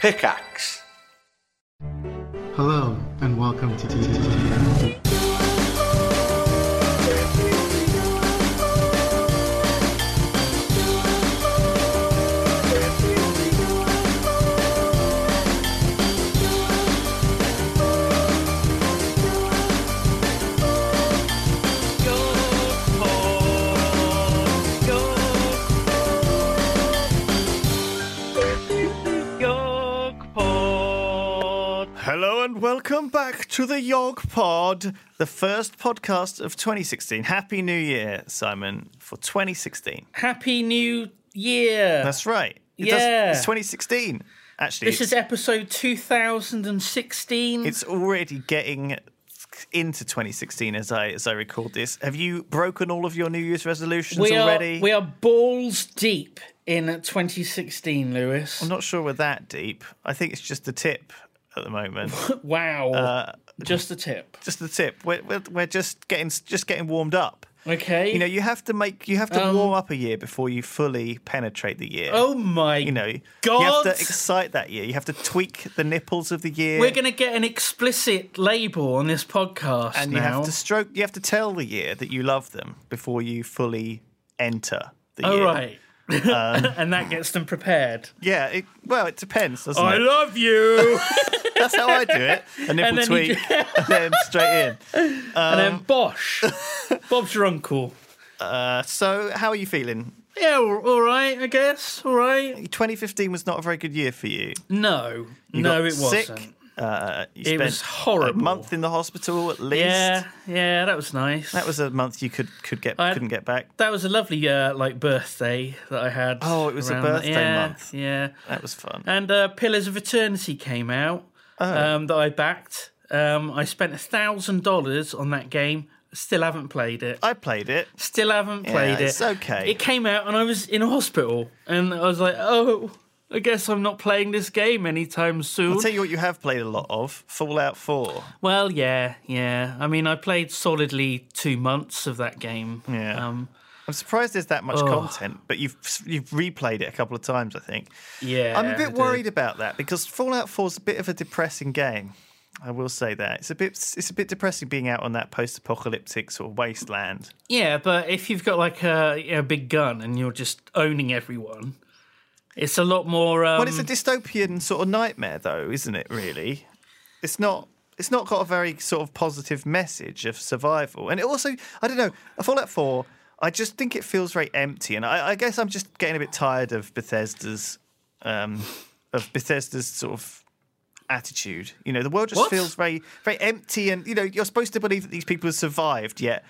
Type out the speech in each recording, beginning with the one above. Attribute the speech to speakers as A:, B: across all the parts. A: Pickaxe.
B: Hello, and welcome to TTT.
A: Hello and welcome back to the Yog Pod, the first podcast of 2016. Happy New Year, Simon, for 2016.
C: Uh, Happy New Year.
A: That's right. It
C: Yeah.
A: Does, it's 2016. Actually,
C: this is episode 2016.
A: it's already getting into 2016 as I as I record this. Have you broken all of your New Year's resolutions
C: we are,
A: already?
C: we are balls deep in 2016, Lewis.
A: I'm not sure we're that deep. I think it's just the tip at the moment.
C: Wow.
A: Uh,
C: Just a tip.
A: just the tip. We're, we're, we're just getting just getting warmed up.
C: Okay.
A: You know, you have to make you have to warm up a year before you fully penetrate the year.
C: Um, oh my.
A: you know, you
C: God.
A: have to excite that year. You have to tweak the nipples of the year.
C: We're going to get an explicit label on this podcast
A: and
C: now.
A: you have to stroke. You have to tell the year that you love them before you fully enter the
C: All
A: year.
C: Oh, right.
A: Um,
C: and that gets them prepared.
A: Yeah. It, well, it depends, doesn't
C: I
A: it?
C: love you.
A: That's how I do it. A nipple
C: then
A: tweak,
C: you-
A: and then straight in.
C: and
A: Um,
C: then Bosh. Bob's your uncle.
A: Uh, so, how are you feeling?
C: Yeah, all all right, I guess. All right.
A: 2015 was not a very good year for you.
C: No.
A: You
C: no,
A: got
C: it
A: sick.
C: wasn't.
A: Uh, you
C: It
A: spent
C: was horrible.
A: A month in the hospital at least.
C: Yeah, yeah, that was nice.
A: That was a month you could could get
C: I-
A: couldn't get back.
C: that was a lovely uh, like birthday that I had.
A: Oh, it was a
C: around that-
A: birthday
C: yeah,
A: month.
C: Yeah,
A: That was fun. Oh,
C: and uh, Pillars of Eternity came out um, that I backed. Um, I spent a thousand dollars on that game. Still haven't played it.
A: I played it.
C: Still haven't played it.
A: Oh. it's okay.
C: It came out and I was in a hospital and I was like, oh, I guess I'm not playing this game anytime soon.
A: I'll tell you what you have played a lot of Fallout 4.
C: Well, yeah, yeah. I mean, I played solidly two months of that game.
A: Yeah.
C: Um,
A: I'm surprised there's that much content, but you've you've replayed it a couple of times, I think.
C: yeah.
A: I'm a
C: I
A: bit
C: did.
A: worried about that because Fallout 4 is a bit of a depressing game. I will say that it's a bit it's a bit depressing being out on that post-apocalyptic sort of wasteland.
C: Yeah, but if you've got like a, a big gun and you're just owning everyone, it's a lot more. Um,
A: Well, it's a dystopian sort of nightmare, though, isn't it? Really, it's not. It's not got a very sort of positive message of survival, and it also, I don't know, Fallout Four. I just think it feels very empty, and I, I guess I'm just getting a bit tired of Bethesda's, um, of Bethesda's sort of attitude. You know, the world just
C: What?
A: feels very, very empty, and you know, you're supposed to believe that these people have survived, yet.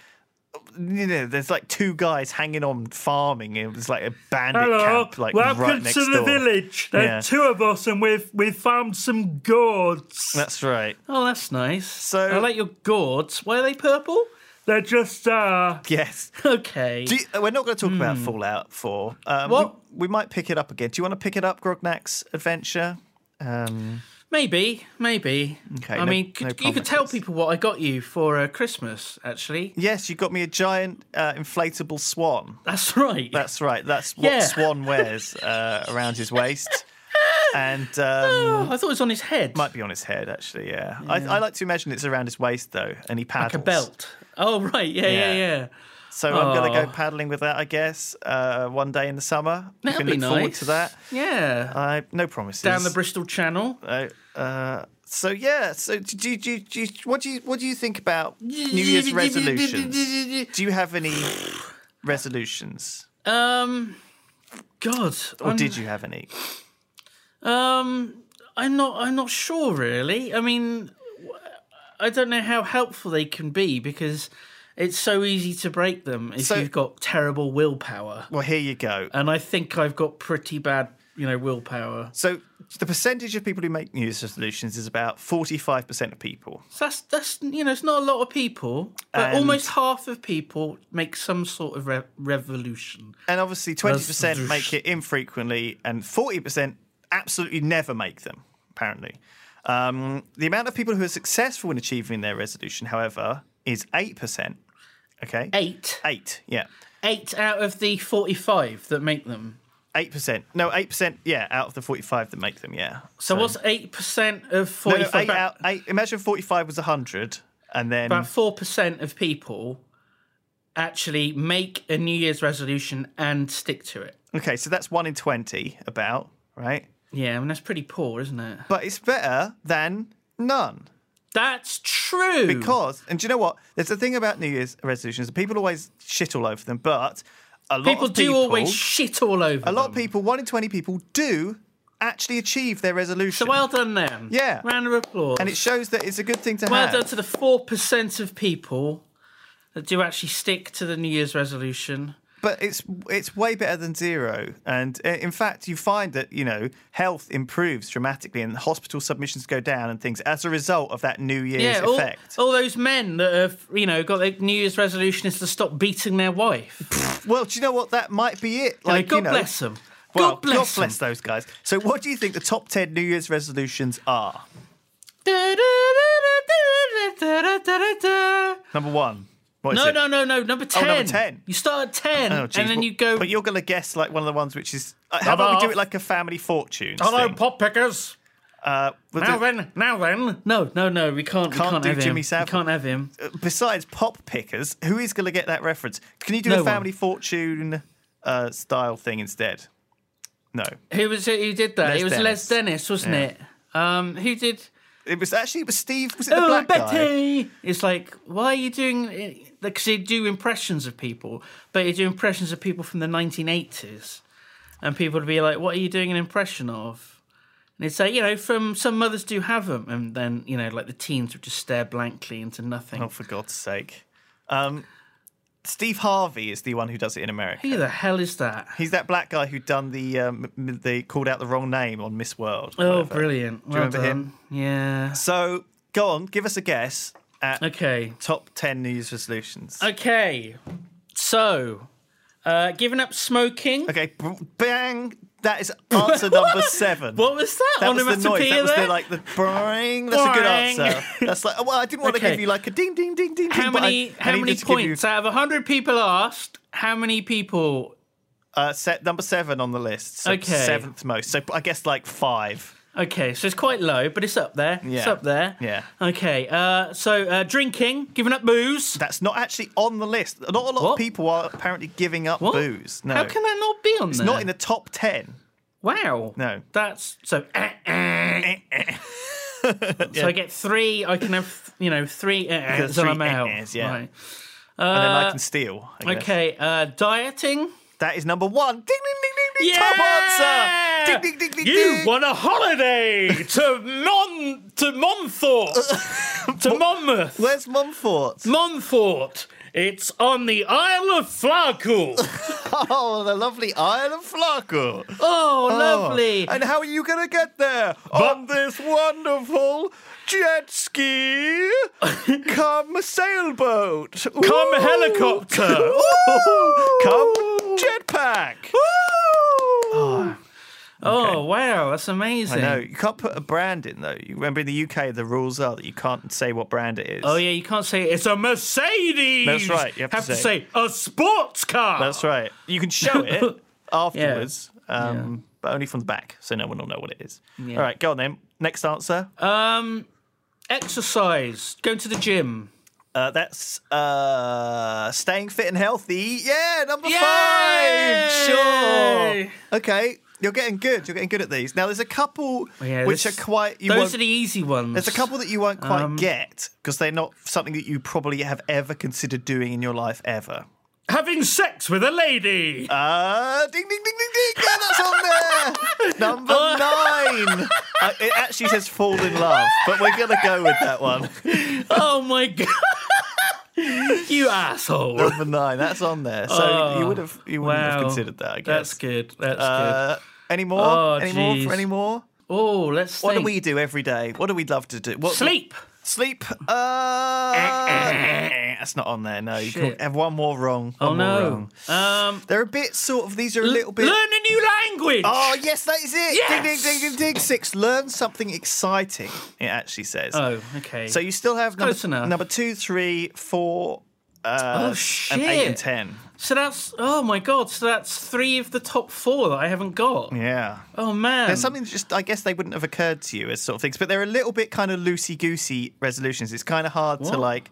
A: You know, there's like two guys hanging on farming. It was like a bandit camp, like right next door.
C: village. There
A: are Yeah.
C: two of us, and we've we've found some gourds.
A: That's right.
C: Oh, that's nice.
A: Uh, So-
C: I like your gourds. Why are they purple? They're just uh
A: Yes.
C: okay.
A: Do you- uh, we're not going to talk about Fallout 4. Um,
C: Hmm. What?
A: We, we might pick it up again. Do you want to pick it up, Grognak's Adventure? Um,
C: Maybe, maybe.
A: Okay,
C: I
A: no-
C: mean,
A: no
C: could, you could tell
A: promises.
C: people what I got you for uh, Christmas. Actually,
A: yes, you got me a giant uh, inflatable swan.
C: that's right.
A: That's right. That's what
C: Yeah.
A: Swan wears uh, around his waist. And um,
C: oh, I thought it was on his head,
A: might be on his head, actually, yeah. I, I like to imagine it's around his waist, though, and he paddles.
C: like a belt. Oh, right. Yeah, yeah,
A: Yeah.
C: yeah.
A: So I'm going to
C: Oh.
A: go paddling with that, I guess, uh, one day in the summer.
C: That'd
A: you can
C: be
A: look forward
C: nice.
A: to that. Um,
C: Yeah.
A: I no promises.
C: down the Bristol Channel.
A: Uh, uh, so yeah, so do you, do, you, do you, what do you what do you think about New Year's resolutions? Do you have any resolutions,
C: Um, God,
A: or
C: I'm,
A: did you have any?
C: um, I'm not. I'm not sure really. I mean, w- I don't know how helpful they can be because it's so easy to break them if
A: So-
C: you've got terrible willpower.
A: Well, here you go.
C: And I think I've got pretty bad, you know, willpower.
A: So the percentage of people who make New Year's resolutions is about forty-five percent of people.
C: So that's that's you know, it's not a lot of people, but
A: And-
C: almost half of people make some sort of re- revolution.
A: And obviously, twenty percent make it infrequently, and forty percent absolutely never make them. Apparently, um, the amount of people who are successful in achieving their resolution, however, is eight percent. Okay,
C: Eight,
A: eight. Yeah.
C: eight out of the forty-five that make them.
A: eight percent. No, eight percent. Yeah, out of the forty-five that make them. Yeah.
C: So, what's eight percent of
A: No,
C: forty
A: no,
C: five?
A: eight out, Hmm. eight, imagine forty-five was hundred, and then
C: about four percent of people actually make a New Year's resolution and stick to it.
A: okay, so that's one in twenty, about right.
C: Yeah, I mean that's pretty poor, isn't it?
A: But it's better than none.
C: That's true.
A: Because, and do you know what? There's a thing about New Year's resolutions. People always shit all over them, but a lot
C: people
A: of
C: do
A: people,
C: always shit all over.
A: a lot of people, one in twenty people, do actually achieve their
C: So
A: resolution,
C: well done them.
A: Yeah.
C: Round of applause.
A: and it shows that it's a good thing to
C: well
A: have.
C: done to the four percent of people that do actually stick to the New Year's resolution.
A: but it's it's way better than zero. And uh, in fact, you find that you know health improves dramatically, and hospital submissions go down, and things as a result of that New Year's
C: Yeah, all,
A: effect.
C: all those men that have, you know, got their New Year's resolution is to stop beating their wife.
A: Well, do you know what? That might be it.
C: Like,
A: Like,
C: God
A: you know,
C: bless them.
A: Well,
C: God bless, them.
A: those guys. So, what do you think the top ten New Year's resolutions are? Number one. What is
C: No,
A: it?
C: no,
A: Oh,
C: no, no. Number 10.
A: number 10.
C: You start at 10,
A: Oh, geez.
C: and then you go,
A: But you're going to guess like one of the ones which is. Uh, how about we do
C: off.
A: it like a family fortunes?
C: hello,
A: thing?
C: pop pickers.
A: Uh, we'll
C: Now
A: do-
C: then, now then. No, no, no. We can't,
A: Can't
C: we can't
A: do
C: have
A: Jimmy
C: him.
A: Savile. Uh,
C: We can't have him.
A: besides pop pickers, who is going to get that reference? Can you do
C: No
A: a
C: one.
A: family fortune uh, style thing instead? No,
C: Who was it who did that?
A: Les
C: it was Les
A: Dennis.
C: Dennis, wasn't
A: Yeah.
C: it? Um, who did.
A: it was actually it was Steve. Was it the
C: oh,
A: black guy?
C: Betty! It's like, why are you doing? Because they do impressions of people, but you do impressions of people from the 1980s, and people would be like, "What are you doing an impression of?" And it's like, you know, from some mothers do have them, and then you know, like the teens would just stare blankly into nothing.
A: Oh, for God's sake! Um, Steve Harvey is the one who does it in America.
C: Who the hell is that?
A: He's that black guy who done the um, m- they called out the wrong name on Miss World.
C: Oh,
A: whatever.
C: brilliant! well
A: remember him?
C: done. Yeah.
A: So go on, give us a guess at
C: Okay.
A: top ten New Year's resolutions.
C: Okay. So, uh, giving up smoking.
A: Okay, b- bang! That is answer number seven.
C: What was that?
A: That was the noise.
C: Onomatopoeia
A: That was the
C: there?
A: like the boing. That's a good
C: Boing.
A: answer. That's like well, I didn't want
C: Okay.
A: to give you like a ding ding ding ding.
C: How
A: ding, but I-
C: many
A: I
C: how
A: needed
C: many
A: to give you,
C: points out of hundred people asked? How many people?
A: uh, set number seven on the list. So
C: Okay.
A: seventh most. So I guess like five.
C: Okay, so it's quite low, but it's up there. It's
A: Yeah.
C: up there.
A: Yeah.
C: Okay. Uh, so uh, drinking, giving up booze.
A: That's not actually on the list. Not a lot of
C: What?
A: people are apparently giving up
C: What?
A: booze. No,
C: How can that not be on
A: it's
C: there?
A: not in the top ten.
C: Wow.
A: No.
C: That's so. eh, eh. So I get three. I can have you know three. eh, eh,
A: Because
C: so
A: three
C: I'm
A: eh,
C: out.
A: ehs, yeah.
C: Right.
A: and then I can steal. I guess.
C: Uh, Okay. Uh, dieting.
A: that is number one. Ding ding ding ding ding.
C: Yeah!
A: Top answer. Ding ding ding ding.
C: You
A: ding.
C: won a holiday to Mon to Monfort to Monmouth.
A: Where's Mumfort?
C: Monfort. It's on the Isle of Flarkle.
A: Oh, the lovely Isle of Flarkle.
C: Oh, lovely.
A: And how are you going to get there? On this wonderful jet ski, come sailboat,
C: Come
A: Ooh.
C: helicopter.
A: Ooh. come jetpack. Oh,
C: Oh, wow, that's amazing.
A: I know you can't put a brand in though. You remember in the UK the rules are that you can't say what brand it is.
C: Oh yeah, you can't say it's a Mercedes.
A: That's right, you have to say
C: a sports car.
A: that's right. You can show it afterwards, um,
C: Yeah.
A: but only from the back, so no one will know what it is.
C: Yeah.
A: All right, go on then. Next answer.
C: Um, exercise, going to the gym.
A: Uh, that's uh, staying fit and healthy. Yeah, number
C: Yay!
A: five. Sure. Okay, you're getting good. You're getting good at these. Now, there's a couple
C: Oh, Yeah,
A: which
C: this-
A: are quite. You
C: Those
A: won't-
C: are the easy ones.
A: there's a couple that you won't quite
C: Um,
A: get because they're not something that you probably have ever considered doing in your life ever.
C: having sex with a lady.
A: Uh, ding, ding, ding, ding, ding. Yeah, that's on there. Number nine. Uh, it actually says fall in love, but we're going to go with that one.
C: oh my god, you asshole.
A: Number nine. That's on there. So you would have you wouldn't have
C: Oh, wow.
A: considered that, I guess.
C: That's good. That's good.
A: Uh, any more?
C: Oh,
A: any more?
C: jeez.
A: For any more?
C: Oh, let's
A: What
C: think.
A: do we do every day? What do we love to do? What,
C: Sleep. Eh,
A: Sleep. Uh, that's not on there. No, you can
C: Shit.
A: have one more wrong.
C: Oh
A: one more
C: no.
A: wrong.
C: Um,
A: They're a bit sort of. These are a little bit.
C: Learn a new language.
A: Oh yes, that is it. Ding ding
C: Yes!
A: ding ding ding. Six. Learn something exciting. It actually says.
C: Oh, okay.
A: So you still have number,
C: Close enough.
A: number two, three, four, uh,
C: Oh, shit.
A: an eight and ten.
C: So that's oh my god. So that's three of the top four that I haven't got.
A: Yeah.
C: Oh man.
A: There's something that just I guess they wouldn't have occurred to you as sort of things, but they're a little bit kind of loosey goosey resolutions. It's kind of hard to
C: What?
A: like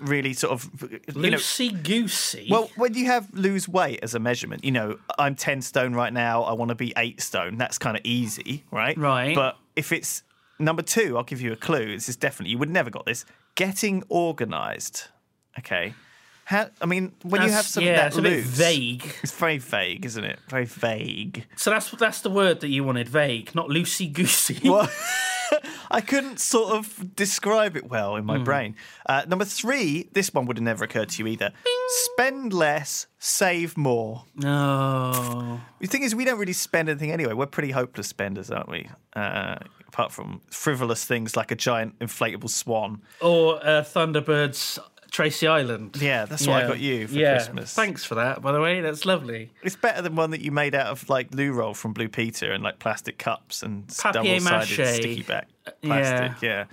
A: really sort of you know.
C: Loosey goosey.
A: Well, when you have lose weight as a measurement, you know I'm ten stone right now. I want to be eight stone. That's kind of easy, right?
C: Right.
A: But if it's number two, I'll give you a clue. This is definitely you would never got this. Getting organised, okay. How, I mean, when you
C: That's-
A: have something
C: yeah,
A: that
C: it's a bit
A: loose,
C: vague.
A: It's very vague, isn't it? Very vague.
C: So that's that's the word that you wanted. Vague, not loosey goosey.
A: Well, I couldn't sort of describe it well in my brain. Uh, number three, this one would have never occurred to you either. Spend less, save more.
C: No.
A: The thing is, we don't really spend anything anyway. We're pretty hopeless spenders, aren't we? Uh, apart from frivolous things like a giant inflatable swan.
C: Or uh, Thunderbirds, Tracy Island.
A: Yeah, that's why I
C: Yeah.
A: got you for
C: yeah.
A: Christmas.
C: Thanks for that, by the way. That's lovely.
A: It's better than one that you made out of like loo roll from Blue Peter and like plastic cups and double sided
C: Papier-mâché.
A: sticky back plastic. Yeah.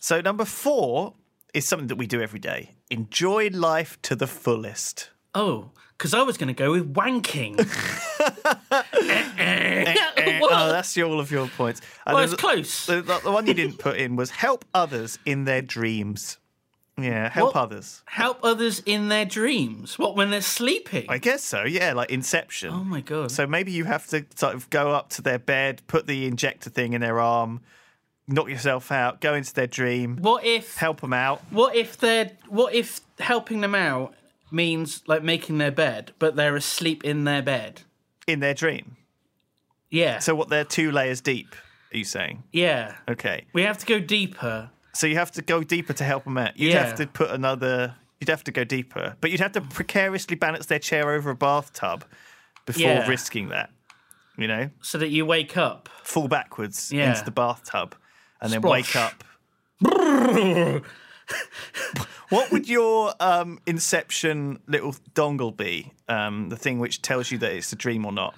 A: So number four is something that we do every day. Enjoy life to the fullest.
C: Oh, because I was going to go with wanking. eh.
A: Eh, oh, that's your, all of your points. And
C: Well, it's
A: there's-
C: close.
A: The, the- the one you didn't put in was help others in their dreams. Yeah, help
C: What?
A: others.
C: Help others in their dreams. What when they're sleeping?
A: I guess so. Yeah, like Inception.
C: oh my god.
A: So maybe you have to sort of go up to their bed, put the injector thing in their arm, knock yourself out, go into their dream,
C: what if
A: help them out.
C: what if they're what if helping them out means like making their bed, but they're asleep in their bed?
A: in their dream.
C: Yeah.
A: So what they're two layers deep, are you saying?
C: yeah.
A: Okay.
C: We have to go deeper.
A: So you have to go deeper to help them out. You'd
C: Yeah.
A: have to put another you'd have to go deeper. But you'd have to precariously balance their chair over a bathtub before
C: Yeah.
A: risking that. You know?
C: so that you wake up.
A: Fall backwards
C: Yeah.
A: into the bathtub and then wake
C: Splosh.
A: up. What would your um, Inception little dongle be? Um, the thing which tells you that it's a dream or not.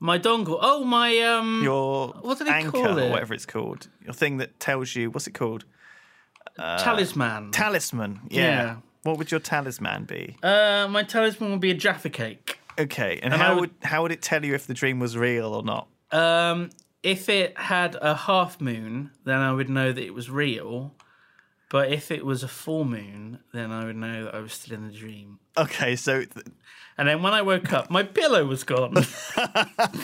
C: My dongle. Oh, my um.
A: Your
C: What do they
A: anchor
C: call
A: or
C: it?
A: whatever it's called. Your thing that tells you what's it called?
C: Uh, talisman.
A: Talisman. Yeah.
C: Yeah.
A: What would your talisman be?
C: uh, my talisman would be a Jaffa cake.
A: okay, and, how
C: I
A: would,
C: would-
A: how would it tell you if the dream was real or not?
C: Um, if it had a half moon, then I would know that it was real. But if it was a full moon, then I would know that I was still in the dream.
A: Okay, so th-
C: And then when I woke up, my pillow was gone.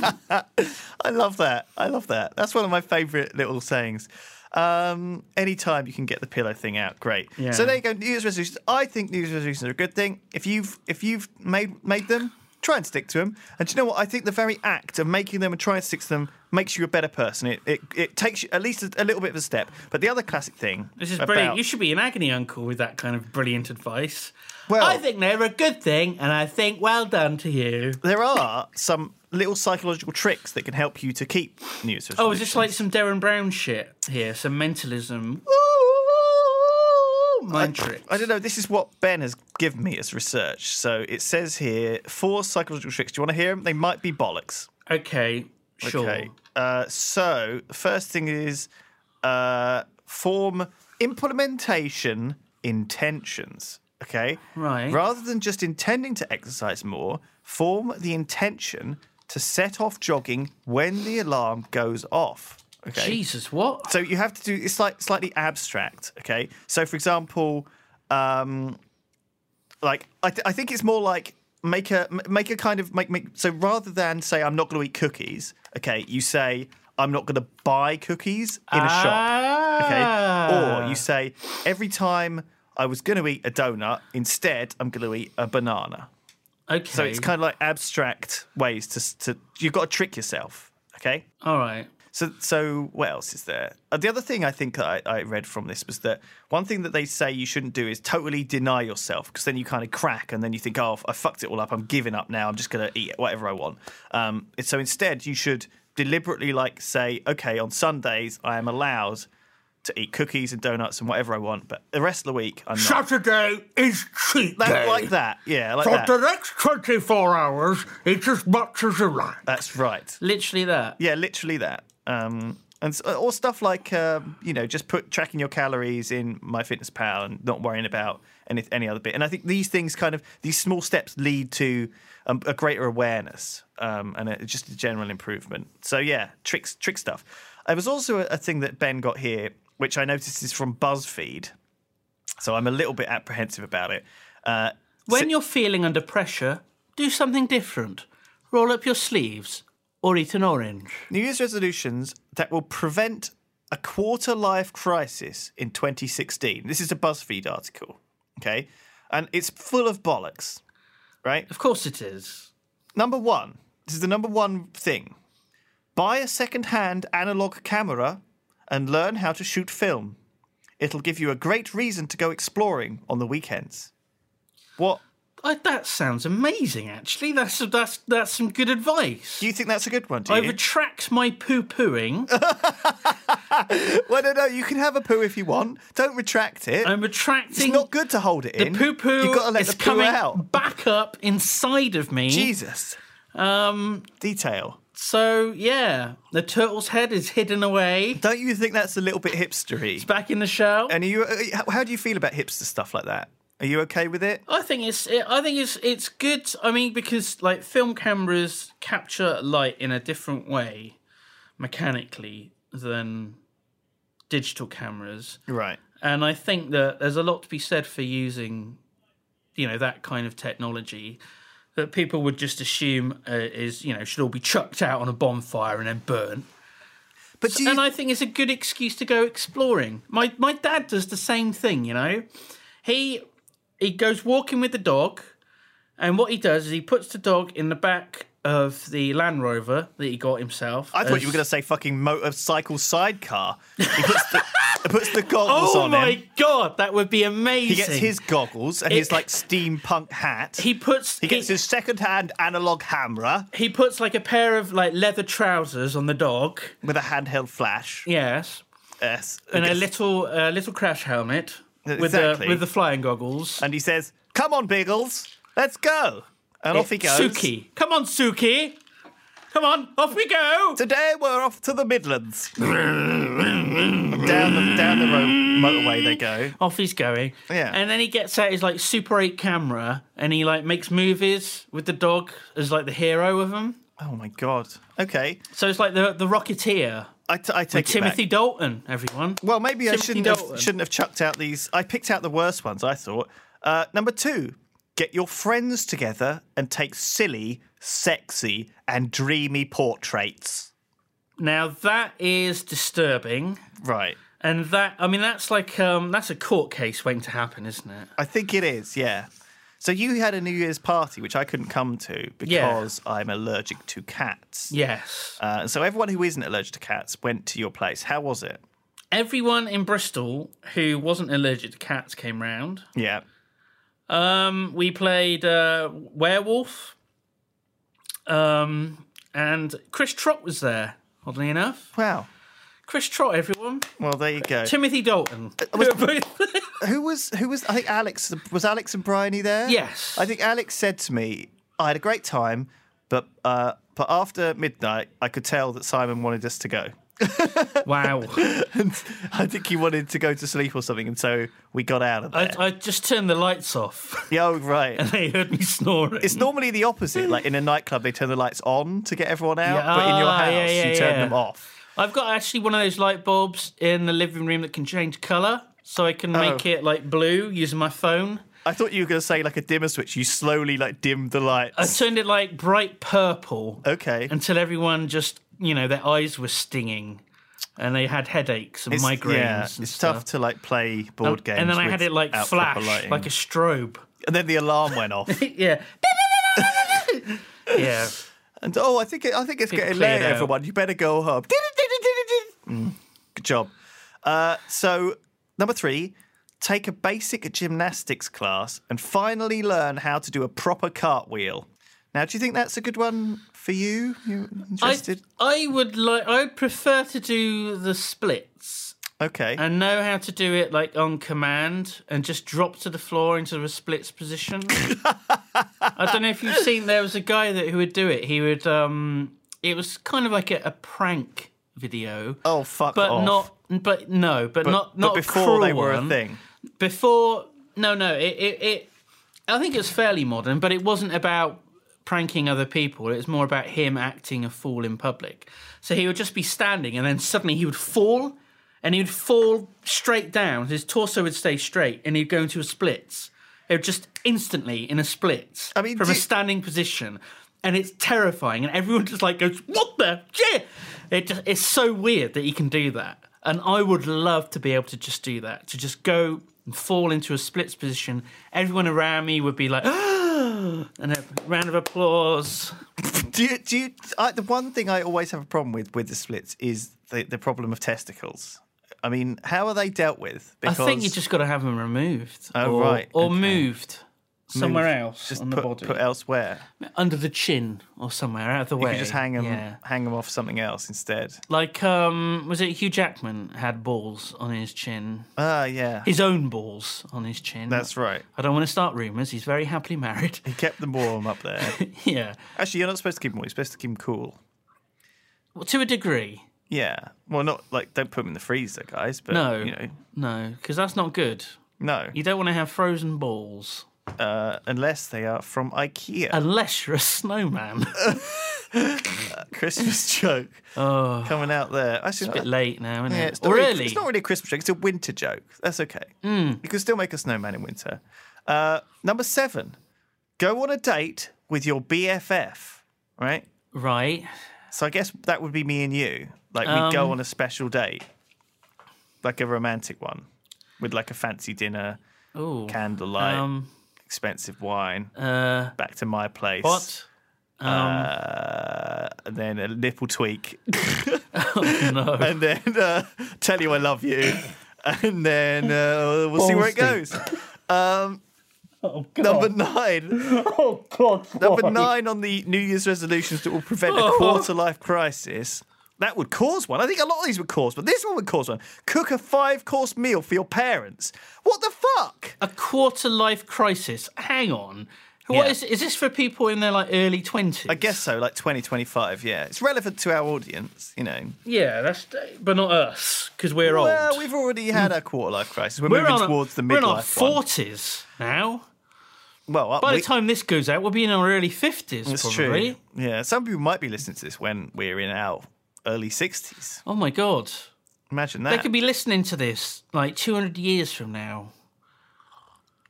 A: I love that. I love that. That's one of my favourite little sayings. Um, anytime you can get the pillow thing out, great.
C: Yeah.
A: So there you go. New Year's resolutions. I think New Year's resolutions are a good thing. If you've if you've made made them, try and stick to them. And do you know what? I think the very act of making them and trying to stick to them makes you a better person. It it, it takes you at least a, a little bit of a step. But the other classic thing
C: This is
A: about-
C: brilliant. You should be an agony uncle with that kind of brilliant advice.
A: Well-
C: I think they're a good thing, and I think well done to you.
A: there are some little psychological tricks that can help you to keep news.
C: Oh, is this like some Darren Brown shit here? Some mentalism. Mind tricks.
A: I don't know. This is what Ben has given me as research. So it says here four psychological tricks. Do you want to hear them? They might be bollocks.
C: Okay, sure.
A: Okay. Uh, so the first thing is uh, form implementation intentions. Okay.
C: Right.
A: Rather than just intending to exercise more, form the intention to set off jogging when the alarm goes off. Okay.
C: Jesus, what?
A: So you have to do it's like slightly abstract, okay? So for example, um like I, th- I think it's more like make a m- make a kind of make make so rather than say I'm not going to eat cookies, okay? You say I'm not going to buy cookies in a shop,
C: Ah.
A: okay? Or you say every time I was going to eat a donut, instead I'm going to eat a banana.
C: okay.
A: So it's kind of like abstract ways to s- to you've got to trick yourself, okay?
C: All right.
A: So, so what else is there? Uh, the other thing I think I, I read from this was that one thing that they say you shouldn't do is totally deny yourself because then you kind of crack and then you think, oh, I fucked it all up. I'm giving up now. I'm just going to eat whatever I want. Um, and so instead, you should deliberately like say, okay, on Sundays I am allowed to eat cookies and donuts and whatever I want, but the rest of the week I'm not.
D: Saturday is cheat
A: That,
D: day.
A: like that, yeah, like
D: For the
A: that.
D: next 24 hours, it's as much as you like.
A: That's right.
C: Literally that.
A: Yeah, literally that. Um, and s- or stuff like um, you know just put tracking your calories in MyFitnessPal and not worrying about any any other bit. And I think these things kind of these small steps lead to um, a greater awareness um, and a, just a general improvement. So yeah, tricks trick stuff. There was also a, a thing that Ben got here, which I noticed is from BuzzFeed. So I'm a little bit apprehensive about it. Uh,
C: When you're feeling under pressure, do something different. Roll up your sleeves or eat an orange.
A: New Year's resolutions that will prevent a quarter life crisis in 2016. This is a BuzzFeed article, okay? And it's full of bollocks, right?
C: Of course it is.
A: Number one, this is the number one thing buy a second hand analog camera and learn how to shoot film. It'll give you a great reason to go exploring on the weekends. What?
C: I, that sounds amazing, actually. That's that's that's some good advice.
A: Do you think that's a good one? Do
C: I
A: you?
C: retract my poo pooing.
A: Well, no, no. You can have a poo if you want. Don't retract it.
C: I'm retracting.
A: It's not good to hold it
C: the
A: in.
C: poo poo
A: You've got to let
C: is
A: the poo
C: coming
A: out.
C: back up inside of me.
A: Jesus.
C: Um.
A: Detail.
C: So yeah, the turtle's head is hidden away
A: Don't you think that's a little bit hipstery?
C: back in the shell.
A: And are you, uh, how- how do you feel about hipster stuff like that? Are you okay with it?
C: I think it's it, I think it's it's good. I mean, because like film cameras capture light in a different way mechanically than digital cameras.
A: Right.
C: And I think that there's a lot to be said for using, you know, that kind of technology that people would just assume uh, is, you know, should all be chucked out on a bonfire and then burnt.
A: But do you,
C: And I think it's a good excuse to go exploring. My my dad does the same thing, you know. He he goes walking with the dog, and what he does is he puts the dog in the back of the Land Rover that he got himself.
A: I thought you were going to say fucking motorcycle sidecar. He puts the, he puts the goggles
C: Oh
A: on
C: my
A: him.
C: god, that would be amazing.
A: He gets his goggles and his
C: It-
A: like steampunk hat. He,
C: he puts
A: gets his second-hand analog camera
C: he puts like a pair of like leather trousers on the dog.
A: with a handheld flash.
C: Yes,
A: Yes.
C: and a
A: Yes.
C: little uh, little crash helmet with the
A: Exactly.
C: with the flying goggles.
A: and he says, "Come on, Biggles, let's go." And off he goes.
C: Suki, come on, Suki, come on, off we go.
A: Today we're off to the Midlands. down the down the road motorway they go.
C: Off he's going.
A: Yeah.
C: and then he gets out his like Super Eight camera and he like makes movies with the dog as like the hero of them.
A: Oh my god. Okay,
C: So it's like the the Rocketeer,
A: I, t- I take it
C: Timothy
A: back.
C: Dalton, everyone.
A: Well, maybe I
C: Timothy
A: shouldn't have,
C: Dalton.
A: shouldn't have chucked out these. I picked out the worst ones. I thought. Uh, number two, get your friends together and take silly, sexy, and dreamy portraits.
C: Now that is disturbing.
A: Right.
C: And that, I mean, that's like, um, that's a court case waiting to happen, isn't it?
A: I think it is. Yeah. So you had a New Year's party which I couldn't come to because I'm allergic to cats.
C: Yes.
A: Uh, so everyone who isn't allergic to cats went to your place. How was it?
C: Everyone in Bristol who wasn't allergic to cats came round.
A: Yeah.
C: Um, we played uh, Werewolf. Um, and Chris Trot was there, oddly enough.
A: Wow.
C: Chris Trot, everyone.
A: Well, there you go.
C: Timothy Dalton.
A: Uh, who was who was? I think Alex was Alex and Bryony there.
C: yes.
A: I think Alex said to me, "I had a great time, but uh, but after midnight, I could tell that Simon wanted us to go.
C: Wow.
A: I think he wanted to go to sleep or something, and so we got out of there.
C: I, I just turned the lights off.
A: yeah, oh, right.
C: they heard me snoring.
A: It's normally the opposite. Like in a nightclub, they turn the lights on to get everyone out, but in your
C: Ah,
A: house,
C: yeah, yeah,
A: you turn
C: yeah.
A: them off.
C: I've got actually one of those light bulbs in the living room that can change colour, so I can
A: Oh.
C: make it like blue using my phone.
A: I thought you were going to say like a dimmer switch. You slowly like dimmed the lights.
C: I turned it like bright purple
A: Okay.
C: until everyone just, you know, their eyes were stinging and they had headaches and
A: It's-
C: migraines
A: Yeah,
C: and
A: it's
C: stuff.
A: tough to like play board games.
C: and then I had
A: with-
C: it like
A: out proper
C: flash,
A: lighting.
C: like a strobe.
A: and then the alarm went off.
C: yeah. yeah.
A: and oh, I think it, I think it's
C: People
A: getting
C: cleared
A: late,
C: out.
A: everyone. You better go home. Mm, good job. Uh, so number three, take a basic gymnastics class and finally learn how to do a proper cartwheel. Now, do you think that's a good one for you? You
C: I,
A: interested?
C: I would like I'd prefer to do the splits
A: okay.
C: and know how to do it like on command and just drop to the floor into a splits position. I don't know if you've seen there was a guy that who would do it. He would um it was kind of like a, a prank video.
A: Oh, fuck
C: but
A: off.
C: not. But no. But, not not
A: but
C: a
A: before they
C: cruel
A: were
C: one.
A: a thing.
C: Before no no it, it it I think it's fairly modern, but it wasn't about pranking other people. It was more about him acting a fool in public. So he would just be standing, and then suddenly he would fall, and he would fall straight down. His torso would stay straight, and he'd go into a splits. It would just instantly in a split
A: I mean,
C: from
A: do-
C: a standing position. And it's terrifying, and everyone just like goes, "What the shit?" It just, it's so weird that he can do that, and I would love to be able to just do that, to just go and fall into a splits position. Everyone around me would be like, and a round of applause.
A: Do you, do you, I, the one thing I always have a problem with with the splits is the, the problem of testicles. I mean, how are they dealt with? Because
C: I think you just got to have them removed.
A: Oh,
C: or,
A: right,
C: Or
A: okay.
C: moved somewhere
A: Move-
C: else
A: just
C: on the
A: put,
C: body.
A: put elsewhere.
C: Under the chin or somewhere out of the
A: You
C: way.
A: could just hang them,
C: Yeah.
A: hang them off something else instead.
C: Like, um, was it Hugh Jackman had balls on his chin?
A: Ah, yeah,
C: His own balls on his chin.
A: that's right.
C: I don't want to start rumours. He's very happily married.
A: He kept them warm up there.
C: yeah.
A: Actually, you're not supposed to keep them warm. You're supposed to keep them cool.
C: Well, to a degree.
A: Yeah. Well, not like don't put them in the freezer, guys. But
C: No.
A: you know,
C: No, because that's not good.
A: no,
C: You don't want to have frozen balls
A: uh, unless they are from IKEA.
C: unless you're a snowman.
A: Christmas joke coming out there. Actually,
C: Oh. a bit late now, isn't
A: Yeah,
C: it?
A: it's not
C: or
A: really,
C: early.
A: it's not really a Christmas joke. It's a winter joke. That's okay.
C: Hmm.
A: You can still make a snowman in winter. Uh, number seven, go on a date with your BFF. Right.
C: Right.
A: So I guess that would be me and you. Like we go
C: Um,
A: on a special date, like a romantic one, with like a fancy dinner,
C: Ooh.
A: candlelight,
C: Um, uh,
A: expensive wine. back to my place.
C: what?
A: Uh, and then a nipple tweak.
C: Oh, No.
A: and then uh, tell you I love you, and then uh, we'll see where it goes.
C: Oh, God.
A: Number nine,
C: oh, God.
A: number nine on the New Year's resolutions that will prevent
C: Oh.
A: a quarter-life crisis. That would cause one. I think a lot of these would cause, but this one would cause one. Cook a five-course meal for your parents. What the fuck?
C: A quarter life crisis. Hang on. What
A: Yeah.
C: is is this for people in their like early twenties?
A: I guess so. Like 2025. Yeah, it's relevant to our audience. You know.
C: Yeah, that's but not us because we're
A: Well,
C: old.
A: we've already had our quarter-life crisis. We're,
C: We're
A: moving
C: on a-
A: towards the midlife
C: We're in our
A: one.
C: forties now.
A: Well,
C: By
A: we,
C: the time this goes out, we'll be in our early fifties.
A: That's
C: probably.
A: true. Yeah, some people might be listening to this when we're in our early 60s.
C: Oh my god,
A: Imagine
C: they
A: that.
C: could be listening to this like two hundred years from now,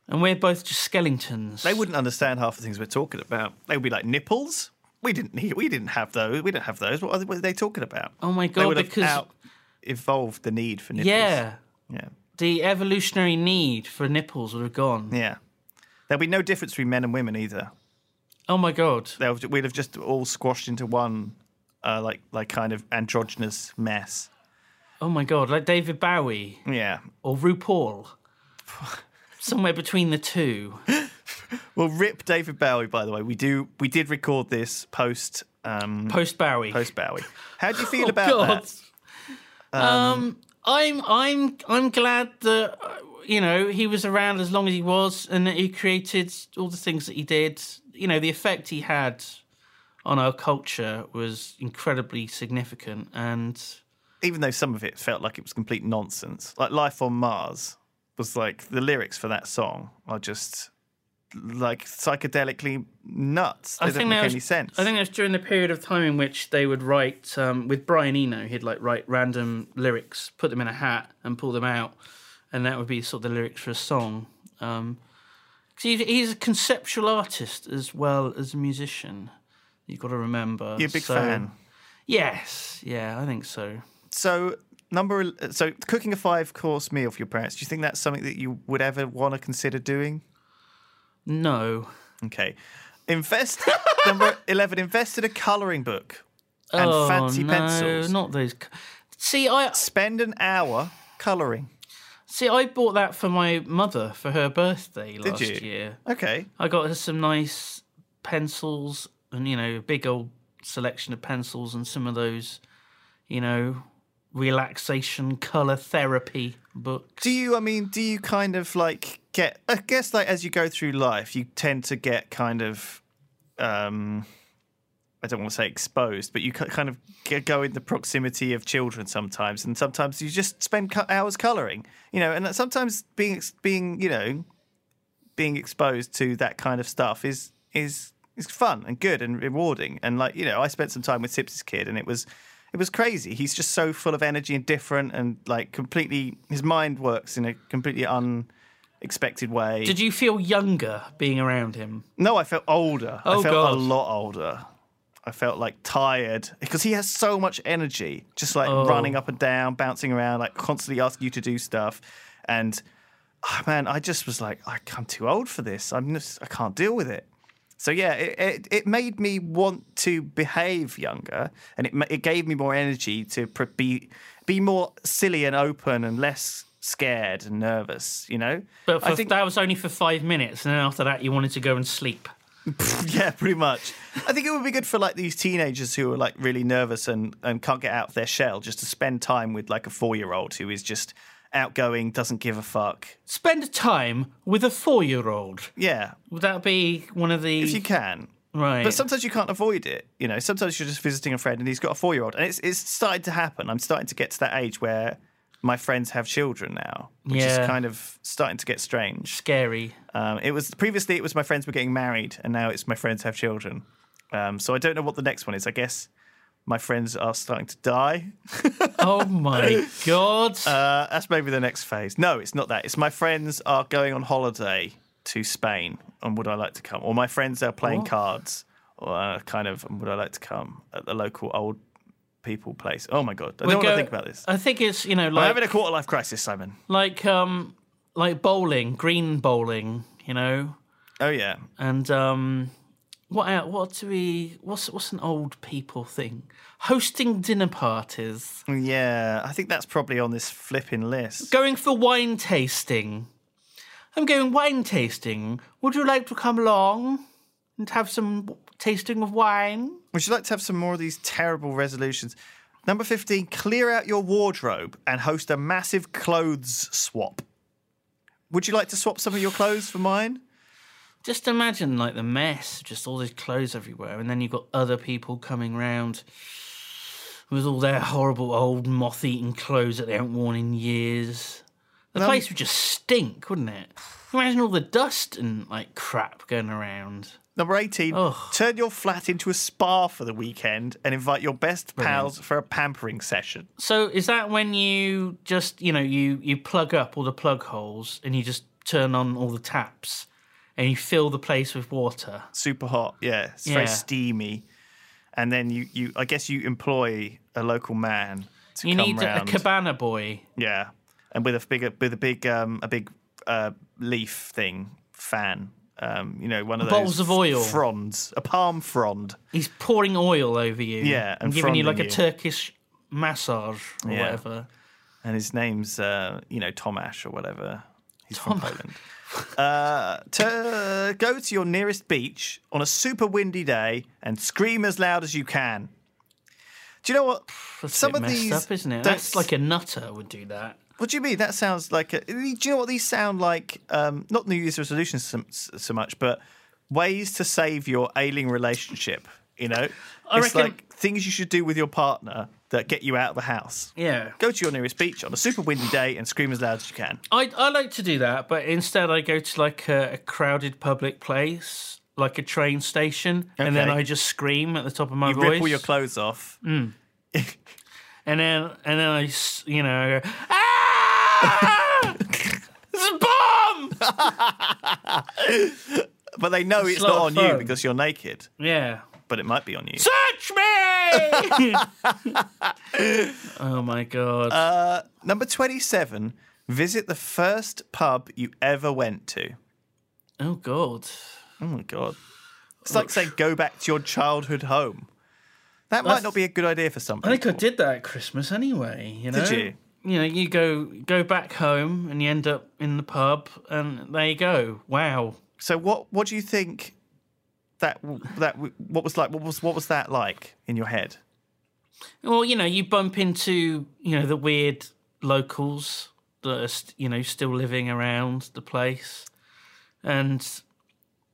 C: and we're both just skeletons.
A: They wouldn't understand half the things we're talking about. They would be like nipples. We didn't need, we didn't have those. We don't have those. What are they, what are they talking about?
C: Oh my
A: they
C: god,
A: would have
C: because
A: out evolved the need for nipples.
C: yeah,
A: Yeah.
C: the evolutionary need for nipples would have gone.
A: Yeah. There'll be no difference between men and women either.
C: Oh my god.
A: They'll, we'd have just all squashed into one, uh, like like kind of androgynous mess.
C: Oh my god, like David Bowie
A: Yeah.
C: or RuPaul. Somewhere between the two.
A: Well, rip David Bowie. By the way, we do we did record this post um,
C: Post Bowie.
A: post Bowie. How do you feel
C: Oh,
A: about
C: God.
A: that?
C: Um, I'm I'm I'm glad that uh, you know he was around as long as he was and that he created all the things that he did. You know, the effect he had on our culture was incredibly significant and
A: Even though some of it felt like it was complete nonsense, like Life on Mars was like the lyrics for that song are just like psychedelically nuts. They
C: I
A: don't
C: think
A: make
C: that was,
A: any sense.
C: I think that was during the period of time in which they would write um, with Brian Eno. He'd like write random lyrics, put them in a hat, and pull them out, and that would be sort of the lyrics for a song. Um, 'cause he's, he's a conceptual artist as well as a musician. You've got to remember.
A: you're a big
C: So-
A: fan.
C: Yes, yeah, I think so.
A: So number el- so cooking a five course meal for your parents. Do you think that's something that you would ever want to consider doing?
C: No.
A: Okay. Invest number eleven. Invest in a coloring book and
C: oh,
A: fancy
C: no,
A: pencils.
C: not those. c- See, I
A: Spend an hour coloring.
C: see. I bought that for my mother for her birthday last
A: you?
C: year.
A: Okay.
C: I got her some nice pencils and, you know, a big old selection of pencils and some of those, you know, relaxation color therapy books.
A: Do you, I mean, do you kind of like get, I guess, like as you go through life, you tend to get kind of, um, I don't want to say exposed, but you ki- kind of g- go in the proximity of children sometimes, and sometimes you just spend co- hours coloring, you know, and that sometimes being ex- being you know being exposed to that kind of stuff is is is fun and good and rewarding. And like you know, I spent some time with Sips's kid, and it was it was crazy. He's just so full of energy and different, and like completely his mind works in a completely unexpected way.
C: Did you feel younger being around him?
A: No, I felt older.
C: Oh,
A: I felt
C: God.
A: a lot older. I felt like tired because he has so much energy, just like
C: Oh.
A: running up and down, bouncing around, like constantly asking you to do stuff. And oh, man, I just was like, I- I'm too old for this. I'm just, I can't deal with it. So yeah, it, it, it made me want to behave younger, and it ma- it gave me more energy to pr- be be more silly and open and less scared and nervous. You know,
C: But for,
A: I think
C: that was only for five minutes, and then after that, you wanted to go and sleep.
A: Yeah, pretty much. I think it would be good for like these teenagers who are like really nervous and, and can't get out of their shell just to spend time with like a four year old who is just outgoing, doesn't give a fuck.
C: Spend time with a four-year-old.
A: Yeah,
C: Would that be one of the
A: if you can.
C: right?
A: But sometimes you can't avoid it. You know, sometimes you're just visiting a friend and he's got a four year old. And it's, it's started to happen. I'm starting to get to that age where my friends have children now, which
C: Yeah.
A: is kind of starting to get strange.
C: scary.
A: Um, it was previously it was my friends were getting married, and now it's my friends have children. Um, so I don't know what the next one is. I guess my friends are starting to die.
C: Oh my god!
A: Uh, that's maybe the next phase. No, it's not that. It's my friends are going on holiday to Spain, and would I like to come? Or my friends are playing cards, or uh, kind of and would I like to come at the local old people place? Oh my god, I don't want to think about this.
C: I think it's you know
A: I'm
C: like
A: having a quarter life crisis, Simon.
C: like um like bowling, green bowling, you know,
A: Oh yeah,
C: and um what el- what do we what's what's an old people thing? Hosting dinner parties,
A: yeah. I think that's probably on this flipping list.
C: going for wine tasting. I'm going wine tasting. Would you like to come along and have some w- tasting of wine?
A: Would you like to have some more of these terrible resolutions? Number 15, clear out your wardrobe and host a massive clothes swap. Would you like to swap some of your clothes for mine?
C: Just imagine like the mess, just all these clothes everywhere, and then you've got other people coming round with all their horrible old moth-eaten clothes that they haven't worn in years. The place would just stink, wouldn't it? Imagine all the dust and like crap going around.
A: Number 18,
C: Ugh.
A: turn your flat into a spa for the weekend and invite your best pals for a pampering session.
C: So is that when you just you know you you plug up all the plug holes and you just turn on all the taps and you fill the place with water?
A: Super hot, yeah. It's very
C: Yeah.
A: steamy. And then you, you I guess you employ a local man to
C: You
A: come
C: need a- a
A: round.
C: cabana boy.
A: Yeah, and with a big, with a big, um, a big uh, leaf thing fan. Um, you know, one of those
C: Bottles of oil.
A: fronds, a palm frond.
C: He's pouring oil over you.
A: Yeah,
C: and
A: and
C: giving you like a
A: fronding you.
C: Turkish massage or
A: Yeah.
C: whatever.
A: and his name's uh, you know Tomash or whatever. He's from Poland. Uh, to, go to your nearest beach on a super windy day and scream as loud as you can. Do you know what?
C: That's
A: Some
C: a bit
A: of
C: messed
A: these-
C: up, isn't it? That's
A: that's-
C: like a nutter would do that.
A: What do you mean? That sounds like a. Do you know what these sound like? Um, not New Year's resolutions so, so much, but ways to save your ailing relationship. You know,
C: I
A: it's
C: reckon-
A: like things you should do with your partner that get you out of the house.
C: Yeah,
A: Go to your nearest beach on a super windy day and scream as loud as you can.
C: I I like to do that, but instead I go to like a, a crowded public place, like a train station, and then
A: Okay.
C: I just scream at the top of my
A: You
C: voice,
A: rip all your clothes off.
C: Mm. and then and then I s- you know I go, ah, it's a bomb.
A: But they know it's
C: lot
A: not
C: of
A: on you
C: fun.
A: because you're naked,
C: yeah,
A: but it might be on you.
C: touch me. oh my god.
A: Number 27, visit the first pub you ever went to.
C: oh god.
A: Oh my God. It's like saying go back to your childhood home. That might
C: That's-
A: not be a good idea for some
C: I
A: people.
C: think I did that at Christmas anyway. You know?
A: Did you?
C: You know, you go go back home and you end up in the pub, and there you go. Wow.
A: So what what do you think that w- that w- what was like what was what was that like in your head?
C: Well, you know, you bump into you know the weird locals that are st- you know still living around the place, and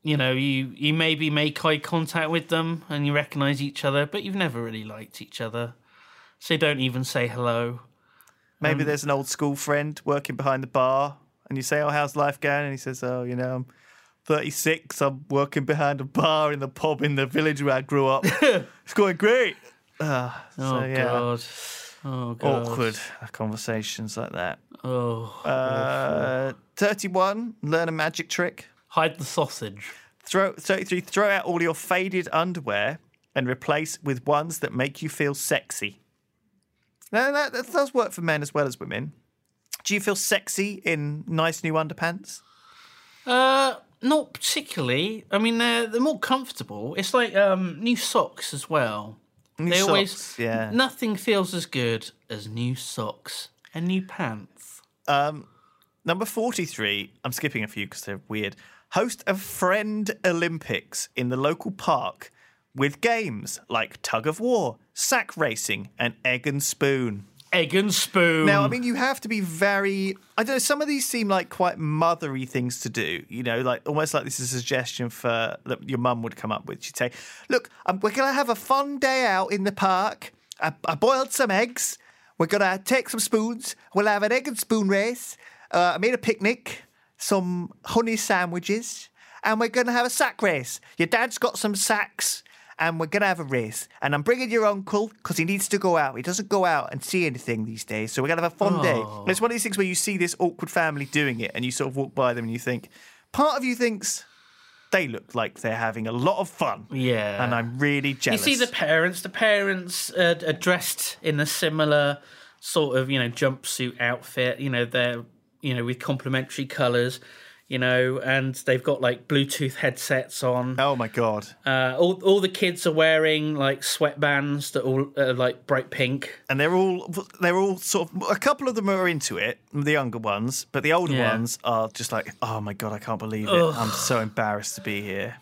C: you know, you you maybe make eye contact with them and you recognise each other, but you've never really liked each other, so you don't even say hello.
A: Maybe there's an old school friend working behind the bar, and you say, "Oh, how's life going?" And he says, "Oh, you know, I'm 36. I'm working behind a bar in the pub in the village where I grew up. it's going great." Ah, so,
C: Oh
A: yeah,
C: god. Oh god.
A: awkward conversations like that.
C: Oh.
A: Uh, 31. Learn a magic trick.
C: Hide the sausage.
A: Throw 33. Throw out all your faded underwear and replace with ones that make you feel sexy. Now that, that does work for men as well as women. Do you feel sexy in nice new underpants?
C: Uh, not particularly. I mean, they're they're more comfortable. It's like um new socks as well.
A: New
C: they
A: socks,
C: always
A: yeah.
C: Nothing feels as good as new socks and new pants.
A: Number 43, I'm skipping a few because they're weird. Host a friend Olympics in the local park with games like tug of war, sack racing, and egg and spoon.
C: Egg and spoon.
A: Now, I mean, you have to be very. I don't know. Some of these seem like quite mothery things to do. You know, like almost like this is a suggestion for that your mum would come up with. She'd say, "Look, um, we're gonna have a fun day out in the park. I, I boiled some eggs. We're gonna take some spoons. We'll have an egg and spoon race. Uh, I made a picnic, some honey sandwiches, and we're gonna have a sack race. Your dad's got some sacks." and we're going to have a race. And I'm bringing your uncle because he needs to go out. He doesn't go out and see anything these days. So we're going to have a fun
C: Oh.
A: day. It's one of these things where you see this awkward family doing it and you sort of walk by them and you think, part of you thinks they look like they're having a lot of fun.
C: Yeah.
A: And I'm really
C: you
A: jealous.
C: see the parents. The parents are, are dressed in a similar sort of you know jumpsuit outfit. You know they're you know with complementary colours. You know, and they've got like Bluetooth headsets on.
A: Oh my God.
C: Uh, all, all the kids are wearing like sweatbands that all are like bright pink.
A: And they're all they're all sort of a couple of them are into it, the younger ones, but the older
C: Yeah.
A: ones are just like, oh my god, I can't believe it. I'm so embarrassed to be here.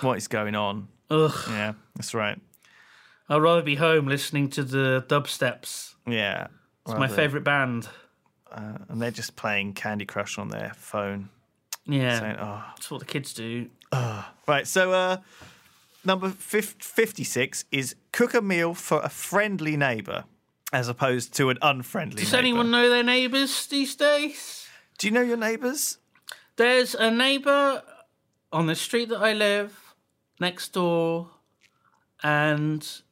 A: What is going on?
C: Ugh,
A: Yeah, that's right.
C: I'd rather be home listening to the dubsteps.
A: Yeah.
C: It's my favourite band.
A: and they're just playing Candy Crush on their phone.
C: Yeah,
A: Saying, oh.
C: that's what the kids do.
A: Right, so uh, number fif- 56 is cook a meal for a friendly neighbour as opposed to an unfriendly
C: Does
A: neighbour.
C: anyone know their neighbours these days?
A: Do you know your neighbours?
C: There's a neighbour on the street that I live next door, and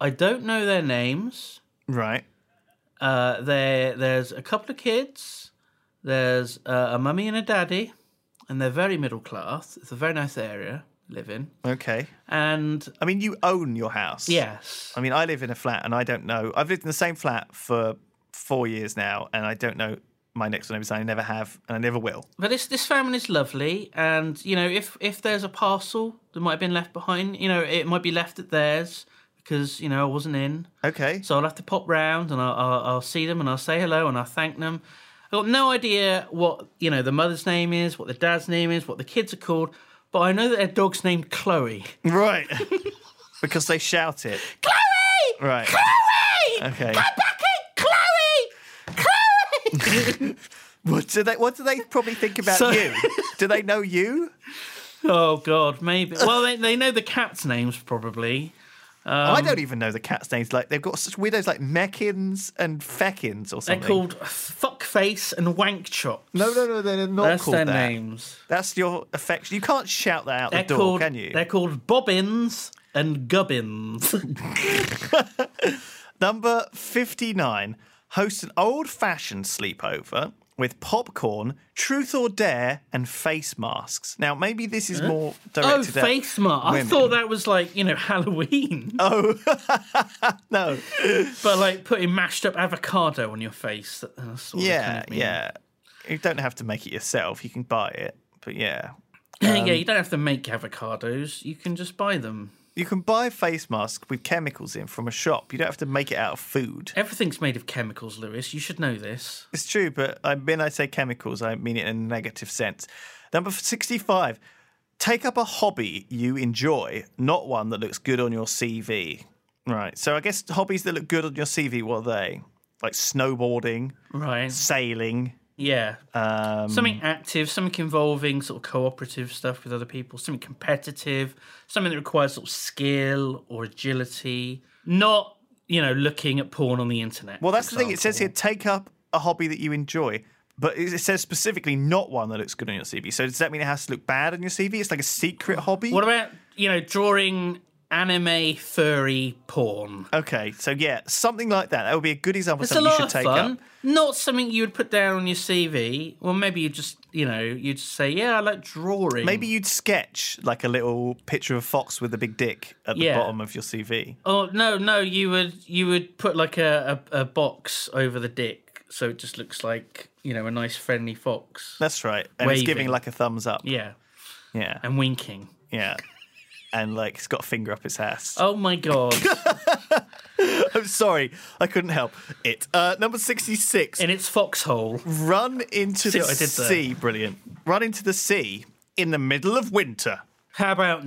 C: I don't know their names.
A: Right.
C: Uh, there, there's a couple of kids. There's uh, a mummy and a daddy, and they're very middle class. It's a very nice area to live in.
A: Okay.
C: And
A: I mean, you own your house.
C: yes,
A: I mean, I live in a flat and I don't know. I've lived in the same flat for four years now and I don't know my next door neighbours. I never have and I never will.
C: but this this family is lovely, and you know if if there's a parcel that might have been left behind, you know it might be left at theirs because you know I wasn't in.
A: Okay.
C: So I'll have to pop round and I'll, I'll, I'll see them and I'll say hello and I'll thank them. I've got no idea what, you know, the mother's name is, what the dad's name is, what the kids are called, but I know that their dog's named Chloe.
A: Right. because they shout it.
C: Chloe!
A: Right.
C: Chloe!
A: Okay.
C: back here, Chloe! Chloe!
A: What do they? What do they probably think about
C: So-
A: you? Do they know you?
C: oh, God, maybe. Well, they, they know the cat's names, probably. Um,
A: I don't even know the cat's names. Like they've got such weirdos like Mekins and Fekins or
C: They're
A: something.
C: called Fuckface and Wank Chops.
A: No, no, no, they're not
C: That's
A: called
C: their
A: that.
C: names.
A: That's your affection. You can't shout that out
C: They're
A: the door,
C: called,
A: can you?
C: They're called Bobbins and Gubbins.
A: Number fifty-nine. Host an old-fashioned sleepover with popcorn, truth or dare, and face masks. Now, maybe this is more
C: Oh,
A: directed at
C: face mask. I
A: women. Oh.
C: thought that was like, you know, Halloween.
A: No,
C: But like putting mashed up avocado on your face. That- that's sort of
A: yeah,
C: kind of mean.
A: yeah. You don't have to make it yourself. You can buy it, but yeah, um,
C: yeah, you don't have to make avocados. You can just buy them.
A: You can buy face masks with chemicals in from a shop. You don't have to make it out of food.
C: Everything's made of chemicals, Lewis. You should know this.
A: It's true, but I when I say chemicals, I mean it in a negative sense. Number 65. Take up a hobby you enjoy, not one that looks good on your CV. Right. So I guess hobbies that look good on your CV, what are they? Like snowboarding,
C: Right.
A: sailing,
C: Yeah.
A: Um,
C: something active, something involving sort of cooperative stuff with other people, something competitive, something that requires sort of skill or agility, not, you know, looking at porn on the internet.
A: Well,
C: for
A: that's the thing. It says here,
C: example.
A: take up a hobby that you enjoy, but it it says specifically not one that looks good on your CV. So does that mean it has to look bad on your CV? It's like a secret hobby.
C: What about, you know, drawing anime furry porn?
A: okay, so yeah, something like that. That would be a good example.
C: It's
A: of
C: a
A: something you
C: lot
A: should
C: of
A: take
C: fun.
A: up.
C: Not something you would put down on your CV. Well, maybe you just, you know, you'd say, yeah, I like drawing.
A: Maybe you'd sketch like a little picture of a fox with a big dick at the
C: Yeah.
A: bottom of your CV.
C: Oh no, no, you would you would put like a, a, a box over the dick so it just looks like, you know, a nice friendly fox.
A: That's right. And it's giving
C: Waving.
A: like a thumbs up.
C: Yeah.
A: Yeah.
C: And winking.
A: Yeah. And like it's got a finger up its ass.
C: Oh my god. Oh.
A: I'm sorry, I couldn't help it. Uh, number 66.
C: In its foxhole.
A: Run into
C: See
A: the
C: what I did there?
A: sea. Brilliant. Run into the sea in the middle of winter.
C: How about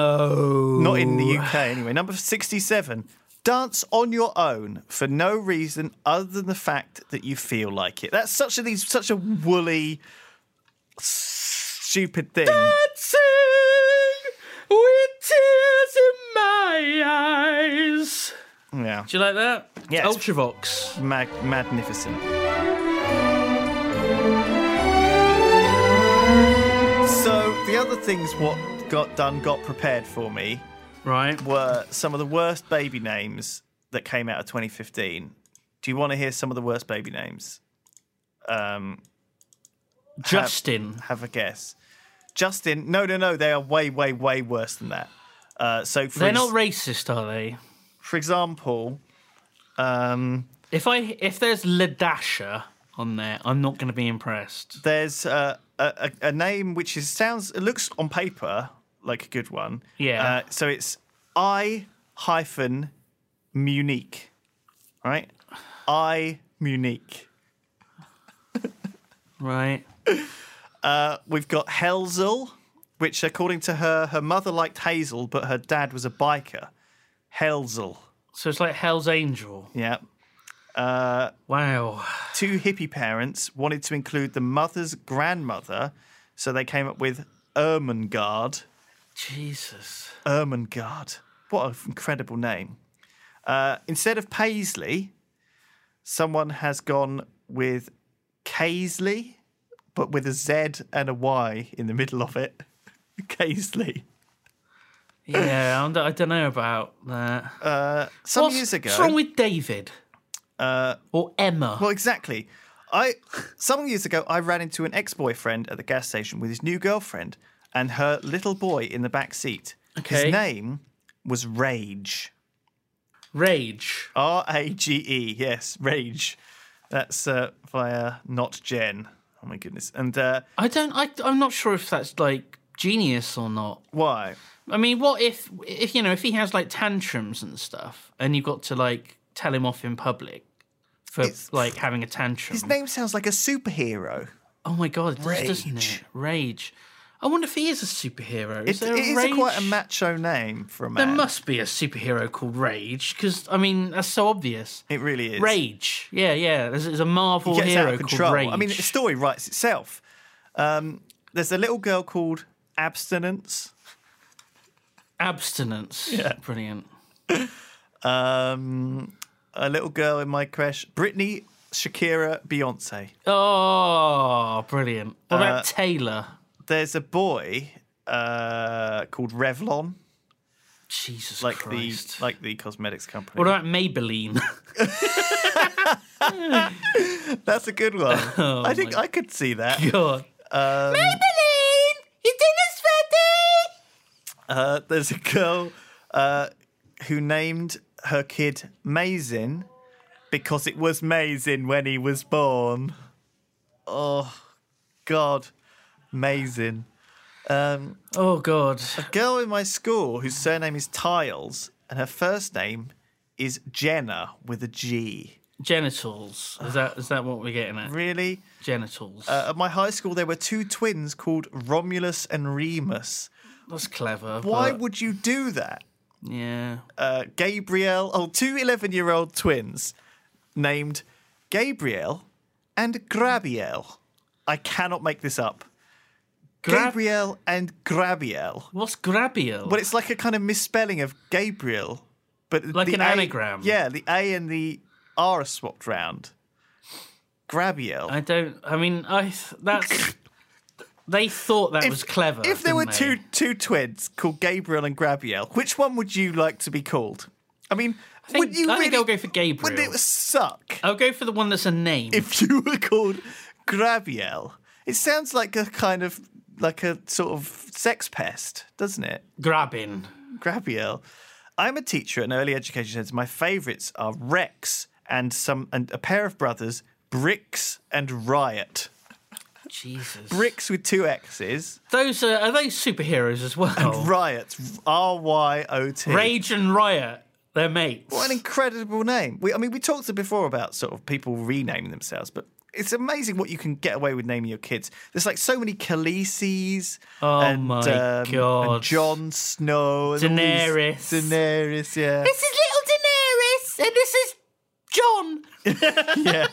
C: no?
A: Not in the UK, anyway. Number 67. Dance on your own for no reason other than the fact that you feel like it. That's such a these such a woolly, stupid thing.
C: Dancing with tears in my eyes.
A: Yeah,
C: Do you like that?
A: Yeah, it's-
C: Ultravox.
A: Mag- magnificent. So the other things what got done got prepared for me
C: Right.
A: were some of the worst baby names that came out of 2015. Do you want to hear some of the worst baby names? Um,
C: Justin.
A: have a guess. Justin, no, no, no, they are way, way, way worse than that. Uh, so, for,
C: They're
A: ex-
C: not racist, are they?
A: for example, um,
C: If I if there's Ladasha on there, I'm not going to be impressed.
A: there's uh, a, a, a name which is sounds it looks on paper like a good one.
C: Yeah.
A: Uh, so it's I hyphen Munich, right? I Munich.
C: Right.
A: We've got Helzel, which, according to her, her mother liked Hazel, but her dad was a biker. Helzel.
C: So it's like Hell's Angel.
A: Yeah.
C: Wow.
A: Two hippie parents wanted to include the mother's grandmother, so they came up with Ermengarde.
C: Jesus.
A: Ermengarde. What an incredible name. Uh, instead of Paisley, someone has gone with Kaisley, but with a Z and a Y in the middle of it. Kaisley.
C: Yeah, I'm, I don't know about that.
A: Uh, Some
C: what's,
A: years ago.
C: what's wrong with David? Uh, or Emma?
A: Well, exactly. I some years ago I ran into an ex-boyfriend at the gas station with his new girlfriend and her little boy in the back seat.
C: Okay.
A: His name was Rage.
C: Rage.
A: R A G E. Yes, Rage. That's uh, via not Jen. Oh my goodness. And uh,
C: I don't. I, I'm not sure if that's like genius or not.
A: why?
C: I mean, what if if you know if he has like tantrums and stuff, and you've got to like tell him off in public for like having a tantrum?
A: His name sounds like a superhero.
C: oh my god! it does, doesn't
A: Rage.
C: it? Rage. I wonder if he is a superhero. Is
A: It,
C: there
A: it is
C: Rage?
A: a quite a macho name for a
C: There
A: man.
C: must be a superhero called Rage, because I mean that's so obvious.
A: It really is.
C: Rage. Yeah, yeah. There's, there's a Marvel
A: gets
C: hero
A: out of control.
C: called Rage.
A: I mean, the story writes itself. Um, there's a little girl called Abstinence.
C: abstinence. Yeah, brilliant.
A: Um, a little girl in my crash. Britney, Shakira, Beyonce.
C: Oh, brilliant. What
A: Uh,
C: about Taylor?
A: There's a boy uh, called Revlon,
C: Jesus
A: like
C: Christ.
A: the like the cosmetics company.
C: what about Maybelline?
A: That's a good one. I think I could see that.
C: Oh
A: Um,
C: God.
E: Maybelline, your dinner's ready.
A: Uh, there's a girl uh, who named her kid Mazin because it was Mazin when he was born. Oh, God, Mazin.
C: Oh God.
A: girl in my school whose surname is Tiles and her first name is Jenna with a G.
C: Genitals. Is that is that what we're getting at?
A: Really?
C: Genitals.
A: Uh, at my high school, there were two twins called Romulus and Remus.
C: That's clever.
A: Why
C: but-
A: would you do that?
C: Yeah.
A: Uh, Gabriel, oh, two 11 year old twins named Gabriel and Grabiel. I cannot make this up.
C: Grab-
A: Gabriel and Grabiel.
C: What's Grabiel?
A: But it's like a kind of misspelling of Gabriel, but
C: Like
A: the
C: an
A: A-
C: anagram.
A: Yeah, the A and the R are swapped round. Grabiel.
C: I don't. I mean, I that's. they thought that was clever.
A: If there
C: didn't
A: were
C: they?
A: two two twins called Gabriel and Grabiel, which one would you like to be called? I mean,
C: I think,
A: would you
C: I
A: really?
C: think I'll go for Gabriel.
A: wouldn't it suck
C: I'll go for the one that's a name.
A: if you were called Grabiel? It sounds like a kind of like a sort of sex pest, doesn't it?
C: Grabbing.
A: Grabiel. I'm a teacher at an early education centre. My favourites are Rex and some and a pair of brothers, Bricks and Riot.
C: Jesus.
A: Bricks with two X's,
C: Those are, are those superheroes as well.
A: Riot, R Y O T.
C: Rage and Riot, they're mates.
A: What an incredible name. We, I mean, we talked before about sort of people renaming themselves, but it's amazing what you can get away with naming your kids. There's like so many Khaleesi's.
C: Oh
A: and, um,
C: my
A: and
C: God.
A: Jon Snow. and all these-
C: Daenerys.
A: Daenerys, yeah.
E: This is little Daenerys, and this is John.
A: yeah.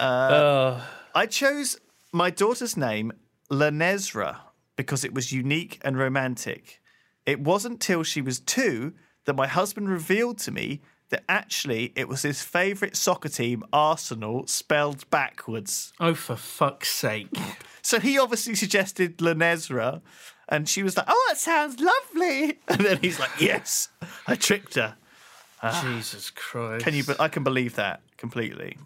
A: I chose my daughter's name, Lanezra, because it was unique and romantic. It wasn't till she was two that my husband revealed to me that actually it was his favourite soccer team, Arsenal, spelled backwards.
C: Oh, for fuck's sake.
A: So he obviously suggested Lanezra, and she was like, oh, that sounds lovely. And then he's like, yes, I tricked her.
C: Jesus Christ.
A: Ah. Can you? But I can believe that completely.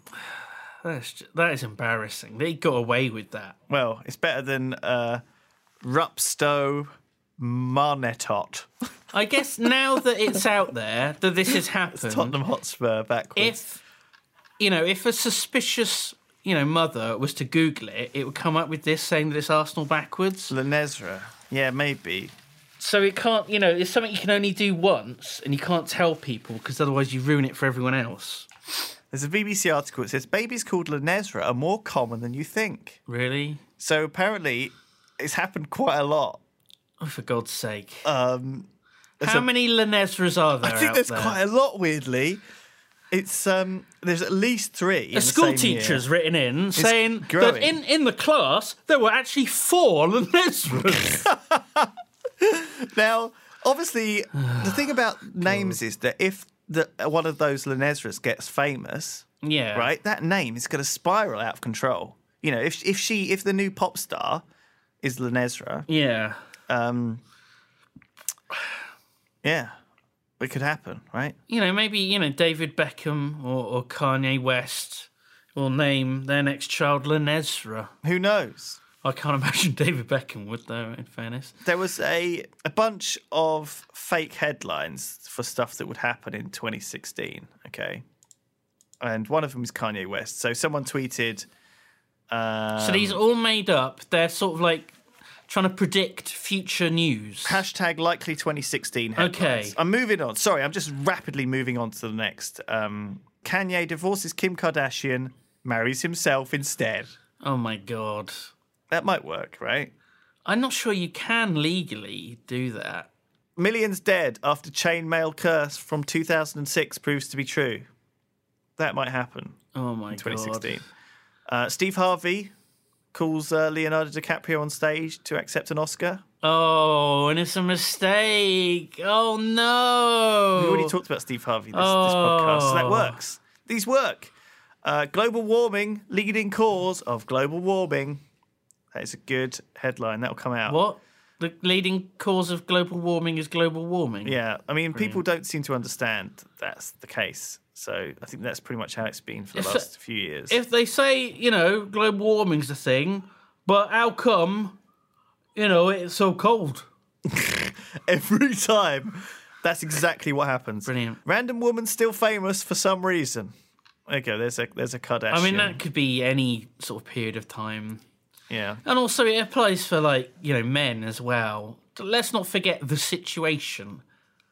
C: That's, ju- that is embarrassing. They got away with that.
A: Well, it's better than uh, Rupsto Marnetot,
C: I guess now that it's out there, that this has happened,
A: Tottenham Hotspur backwards.
C: if you know if a suspicious you know mother was to google it it would come up with this saying that it's arsenal backwards
A: Lanezra. Yeah, maybe.
C: so it can't you know it's something you can only do once and you can't tell people because otherwise you ruin it for everyone else
A: There's a BBC article that says babies called Lanezra are more common than you think.
C: really
A: So apparently, it's happened quite a lot.
C: oh for god's sake
A: Um,
C: how many Lanezras are there
A: I think
C: out
A: there's
C: there?
A: quite a lot. Weirdly, it's um, there's at least three.
C: a school teacher's written in saying that
A: growing.
C: in, in the class there were actually four Lanezras.
A: Now, obviously, the thing about names is that if the, one of those Lanezras gets famous,
C: yeah.
A: right? That name is going to spiral out of control. You know, if if she if the new pop star is Lanezra,
C: Yeah.
A: um, yeah, it could happen, right?
C: you know, maybe you know David Beckham or, or Kanye West will name their next child Lanezra.
A: Who knows?
C: I can't imagine David Beckham would, though. In fairness,
A: There was a a bunch of fake headlines for stuff that would happen in 2016. Okay, and one of them is Kanye West. So someone tweeted, uh,
C: so these are all made up. They're sort of like trying to predict future news.
A: Hashtag likely 2016 headlines.
C: Okay.
A: I'm moving on. Sorry, I'm just rapidly moving on to the next. Um, Kanye divorces Kim Kardashian, marries himself instead.
C: oh my god!
A: That might work, right?
C: I'm not sure you can legally do that.
A: Millions dead after chainmail curse from 2006 proves to be true. That might happen.
C: Oh my
A: 2016.
C: god!
A: Uh, Steve Harvey calls uh, Leonardo DiCaprio on stage to accept an Oscar.
C: Oh, and it's a mistake. Oh no!
A: We already talked about Steve Harvey this, this podcast, so that
C: Oh.
A: works. These work. Uh, global warming, leading cause of global warming. That is a good headline. That'll come out.
C: what? The leading cause of global warming is global warming.
A: Yeah, I mean, people don't seem to understand that's the case. So I think that's pretty much how it's been for the
C: If-
A: last few years.
C: if they say you know global warming's a thing, but how come you know it's so cold?
A: Every time, that's exactly what happens.
C: Brilliant.
A: Random woman still famous for some reason. Okay, there's a there's a Kardashian.
C: I mean, that could be any sort of period of time,
A: yeah.
C: and also it applies for like you know men as well. Let's not forget the situation.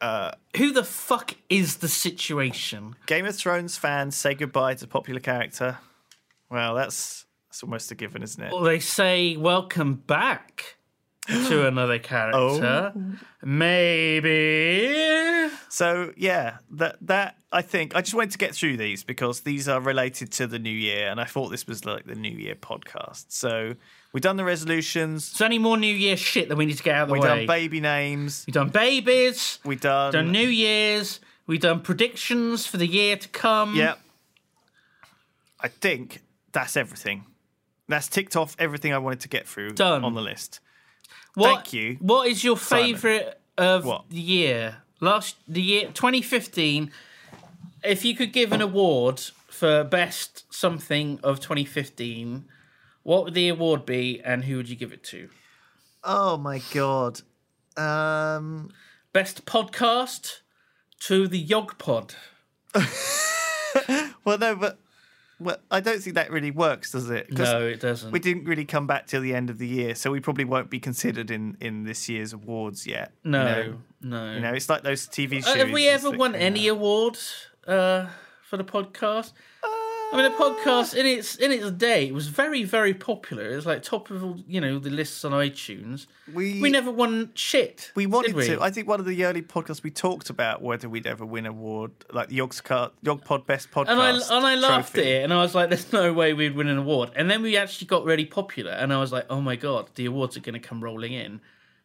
C: Uh, Who the fuck is the situation?
A: Game of Thrones fans say goodbye to popular character. Well, that's that's almost a given, isn't it?
C: Well, they say welcome back to another character. Maybe.
A: So yeah, that that I think I just wanted to get through these because these are related to the new year, and I thought this was like the new year podcast. So we've done the resolutions,
C: Is there any more New Year shit that we need to get out of the
A: we've
C: way?
A: done baby names,
C: We've done babies.
A: we've done,
C: done New Year's. We've done predictions for the year to come.
A: yeah. I think that's everything. That's ticked off everything I wanted to get through
C: Done.
A: on the list.
C: What,
A: Thank you,
C: What is your favourite of
A: What?
C: the year? Last the year 2015. If you could give an award for best something of 2015, what would the award be, and who would you give it to?
A: Oh my god. Um,
C: Best podcast to the Yog Pod.
A: well, no, but well, I don't think that really works, does it? 'Cause
C: No, it doesn't.
A: we didn't really come back till the end of the year, so we probably won't be considered in in this year's awards yet. you
C: no,
A: know?
C: no.
A: you know, it's like those TV shows.
C: Uh, have we ever
A: that
C: won
A: come
C: any
A: out.
C: awards uh, for the podcast? I mean, the podcast in its in its day it was very very popular. It was like top of all, you know the lists on iTunes.
A: We
C: We never won shit.
A: we
C: did
A: wanted
C: we?
A: to. I think one of the early podcasts we talked about whether we'd ever win award, like the Yogs Car, Yog Pod Best Podcast.
C: and I and I laughed
A: trophy.
C: at it, and I was like, "There's no way we'd win an award." And then we actually got really popular, and I was like, "Oh my god, the awards are going to come rolling in."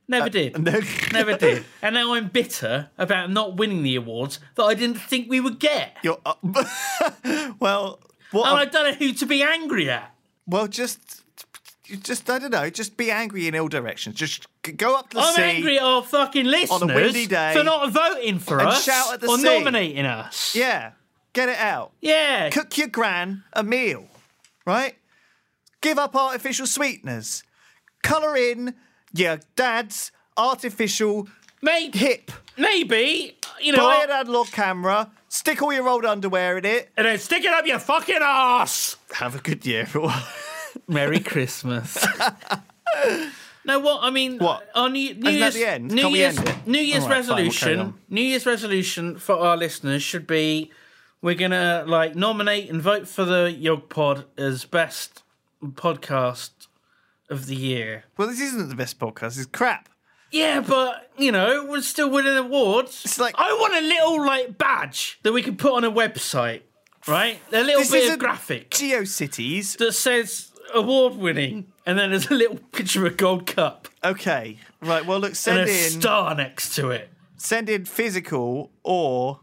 C: Never did.
A: Uh, No,
C: Never did. And now I'm bitter about not winning the awards that I didn't think we would get.
A: You're up. well, what?
C: And
A: a-
C: I don't know who to be angry at.
A: well, just. you Just I don't know. Just be angry in all directions. Just g- go up to the
C: I'm
A: sea.
C: angry at our fucking listeners
A: a windy day.
C: for not voting for
A: And
C: us
A: shout at the
C: or
A: sea.
C: nominating us.
A: Yeah, get it out.
C: Yeah.
A: cook your gran a meal, right? Give up artificial sweeteners. Colour in your dad's artificial
C: Mate,
A: hip.
C: maybe, you know,
A: Buy an analog camera. Stick all your old underwear in it.
C: and then stick it up your fucking ass.
A: Have a good year, everyone.
C: Merry Christmas. no, what I mean,
A: What?
C: On New, New
A: that
C: Year's,
A: the end?
C: New
A: Can't we
C: Year's,
A: end it?
C: New Year's
A: All right, fine, we'll
C: resolution,
A: carry on.
C: New Year's resolution for our listeners should be: we're gonna like nominate and vote for the Yog Pod as best podcast of the year.
A: well, this isn't the best podcast. It's crap.
C: Yeah, but you know, we're still winning awards.
A: It's like-
C: I want a little like badge that we can put on a website, right? A little
A: This
C: bit
A: isn't
C: of graphic
A: GeoCities.
C: that says award winning, and then there's a little picture of a gold cup
A: Okay, right. Well, look,
C: and
A: send
C: a
A: in
C: star next to it.
A: send in physical or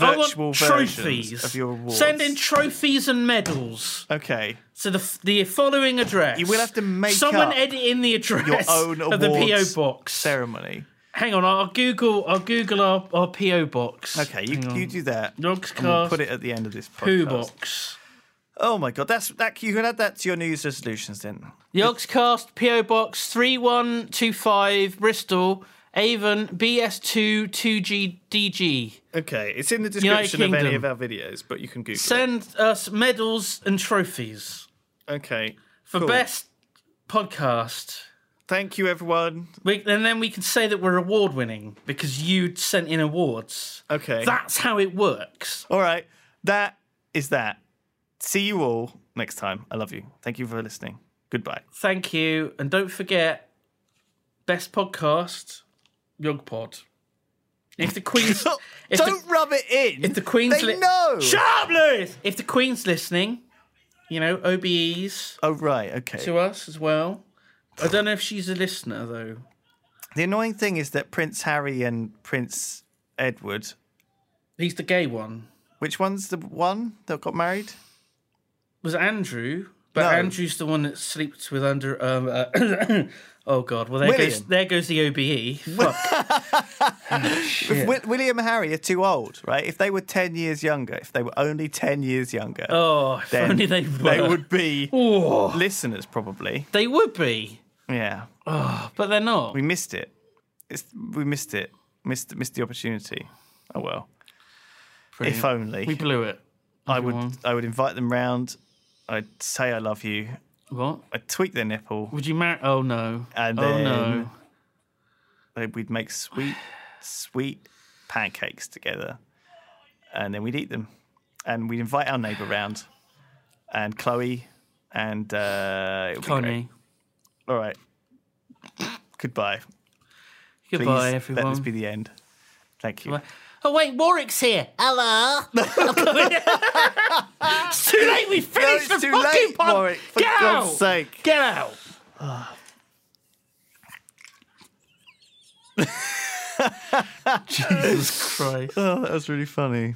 C: I want
A: virtual versions
C: trophies.
A: of your awards.
C: Send in trophies and medals.
A: Okay.
C: So the the following address.
A: You will have to make
C: someone
A: up
C: edit in the address
A: Your own
C: of
A: awards
C: the PO box.
A: ceremony.
C: Hang on, I'll Google. I'll Google our, our PO box.
A: Okay, you, you do that.
C: Dogs
A: And we'll
C: cast.
A: put it at the end of this
C: poo
A: podcast.
C: box.
A: Oh my god, that's that. You can add that to your New Year's resolutions then.
C: Yogscast, PO Box 3125, Bristol, Avon, BS2 2GDG.
A: Okay, it's in the
C: description of any Kingdom.
A: our videos, but you can Google.
C: Send us medals and trophies
A: Okay,
C: for best podcast.
A: Thank you, everyone.
C: We, and then we can say that we're award winning because you sent in awards.
A: Okay,
C: That's how it works.
A: all right. That is that. See you all next time. I love you. Thank you for listening. Goodbye.
C: Thank you. And don't forget, best podcast, Yogpod. If the Queen's. if the-
A: Don't rub it in.
C: If the Queen's
A: they know.
C: Shut up, Lewis! If the Queen's listening, you know, OBEs
A: oh right, okay.
C: to us as well. I don't know if she's a listener though.
A: the annoying thing is that Prince Harry and Prince Edward.
C: He's the gay one.
A: Which one's the one that got married?
C: Was it Andrew, but
A: No.
C: Andrew's the one that sleeps with under um uh, Oh god, well there goes
A: William.
C: there goes the OBE. Fuck.
A: If Wi- William and Harry are too old, right? If they were 10 years younger, if they were only 10 years younger,
C: Oh, if
A: then
C: only they
A: they
C: were.
A: would be
C: Oh,
A: listeners, probably.
C: they would be,
A: Yeah.
C: but they're not.
A: We missed it. It's, we missed it. Missed, missed the opportunity. Oh, well.
C: Brilliant.
A: If only.
C: We blew it.
A: I, would,
C: everyone.
A: I would invite them round. I'd say I love you.
C: What?
A: I'd tweak their nipple.
C: Would you marry? Oh no.
A: And
C: oh no.
A: then- Then We'd make sweet, sweet pancakes together. And then we'd eat them. And we'd invite our neighbour round. And Chloe and uh, it would be great.
C: Connie.
A: All right. Goodbye.
C: Goodbye,
A: Please,
C: everyone.
A: Let this be the end. Thank you.
C: Bye.
E: Oh, wait, Warwick's here. Hello.
C: It's too late. We finished the
A: it's too
C: fucking
A: late,
C: pod.
A: Warwick, for
C: Get
A: God's
C: out.
A: sake.
C: Get out. Jesus Christ.
A: Oh, that was really funny.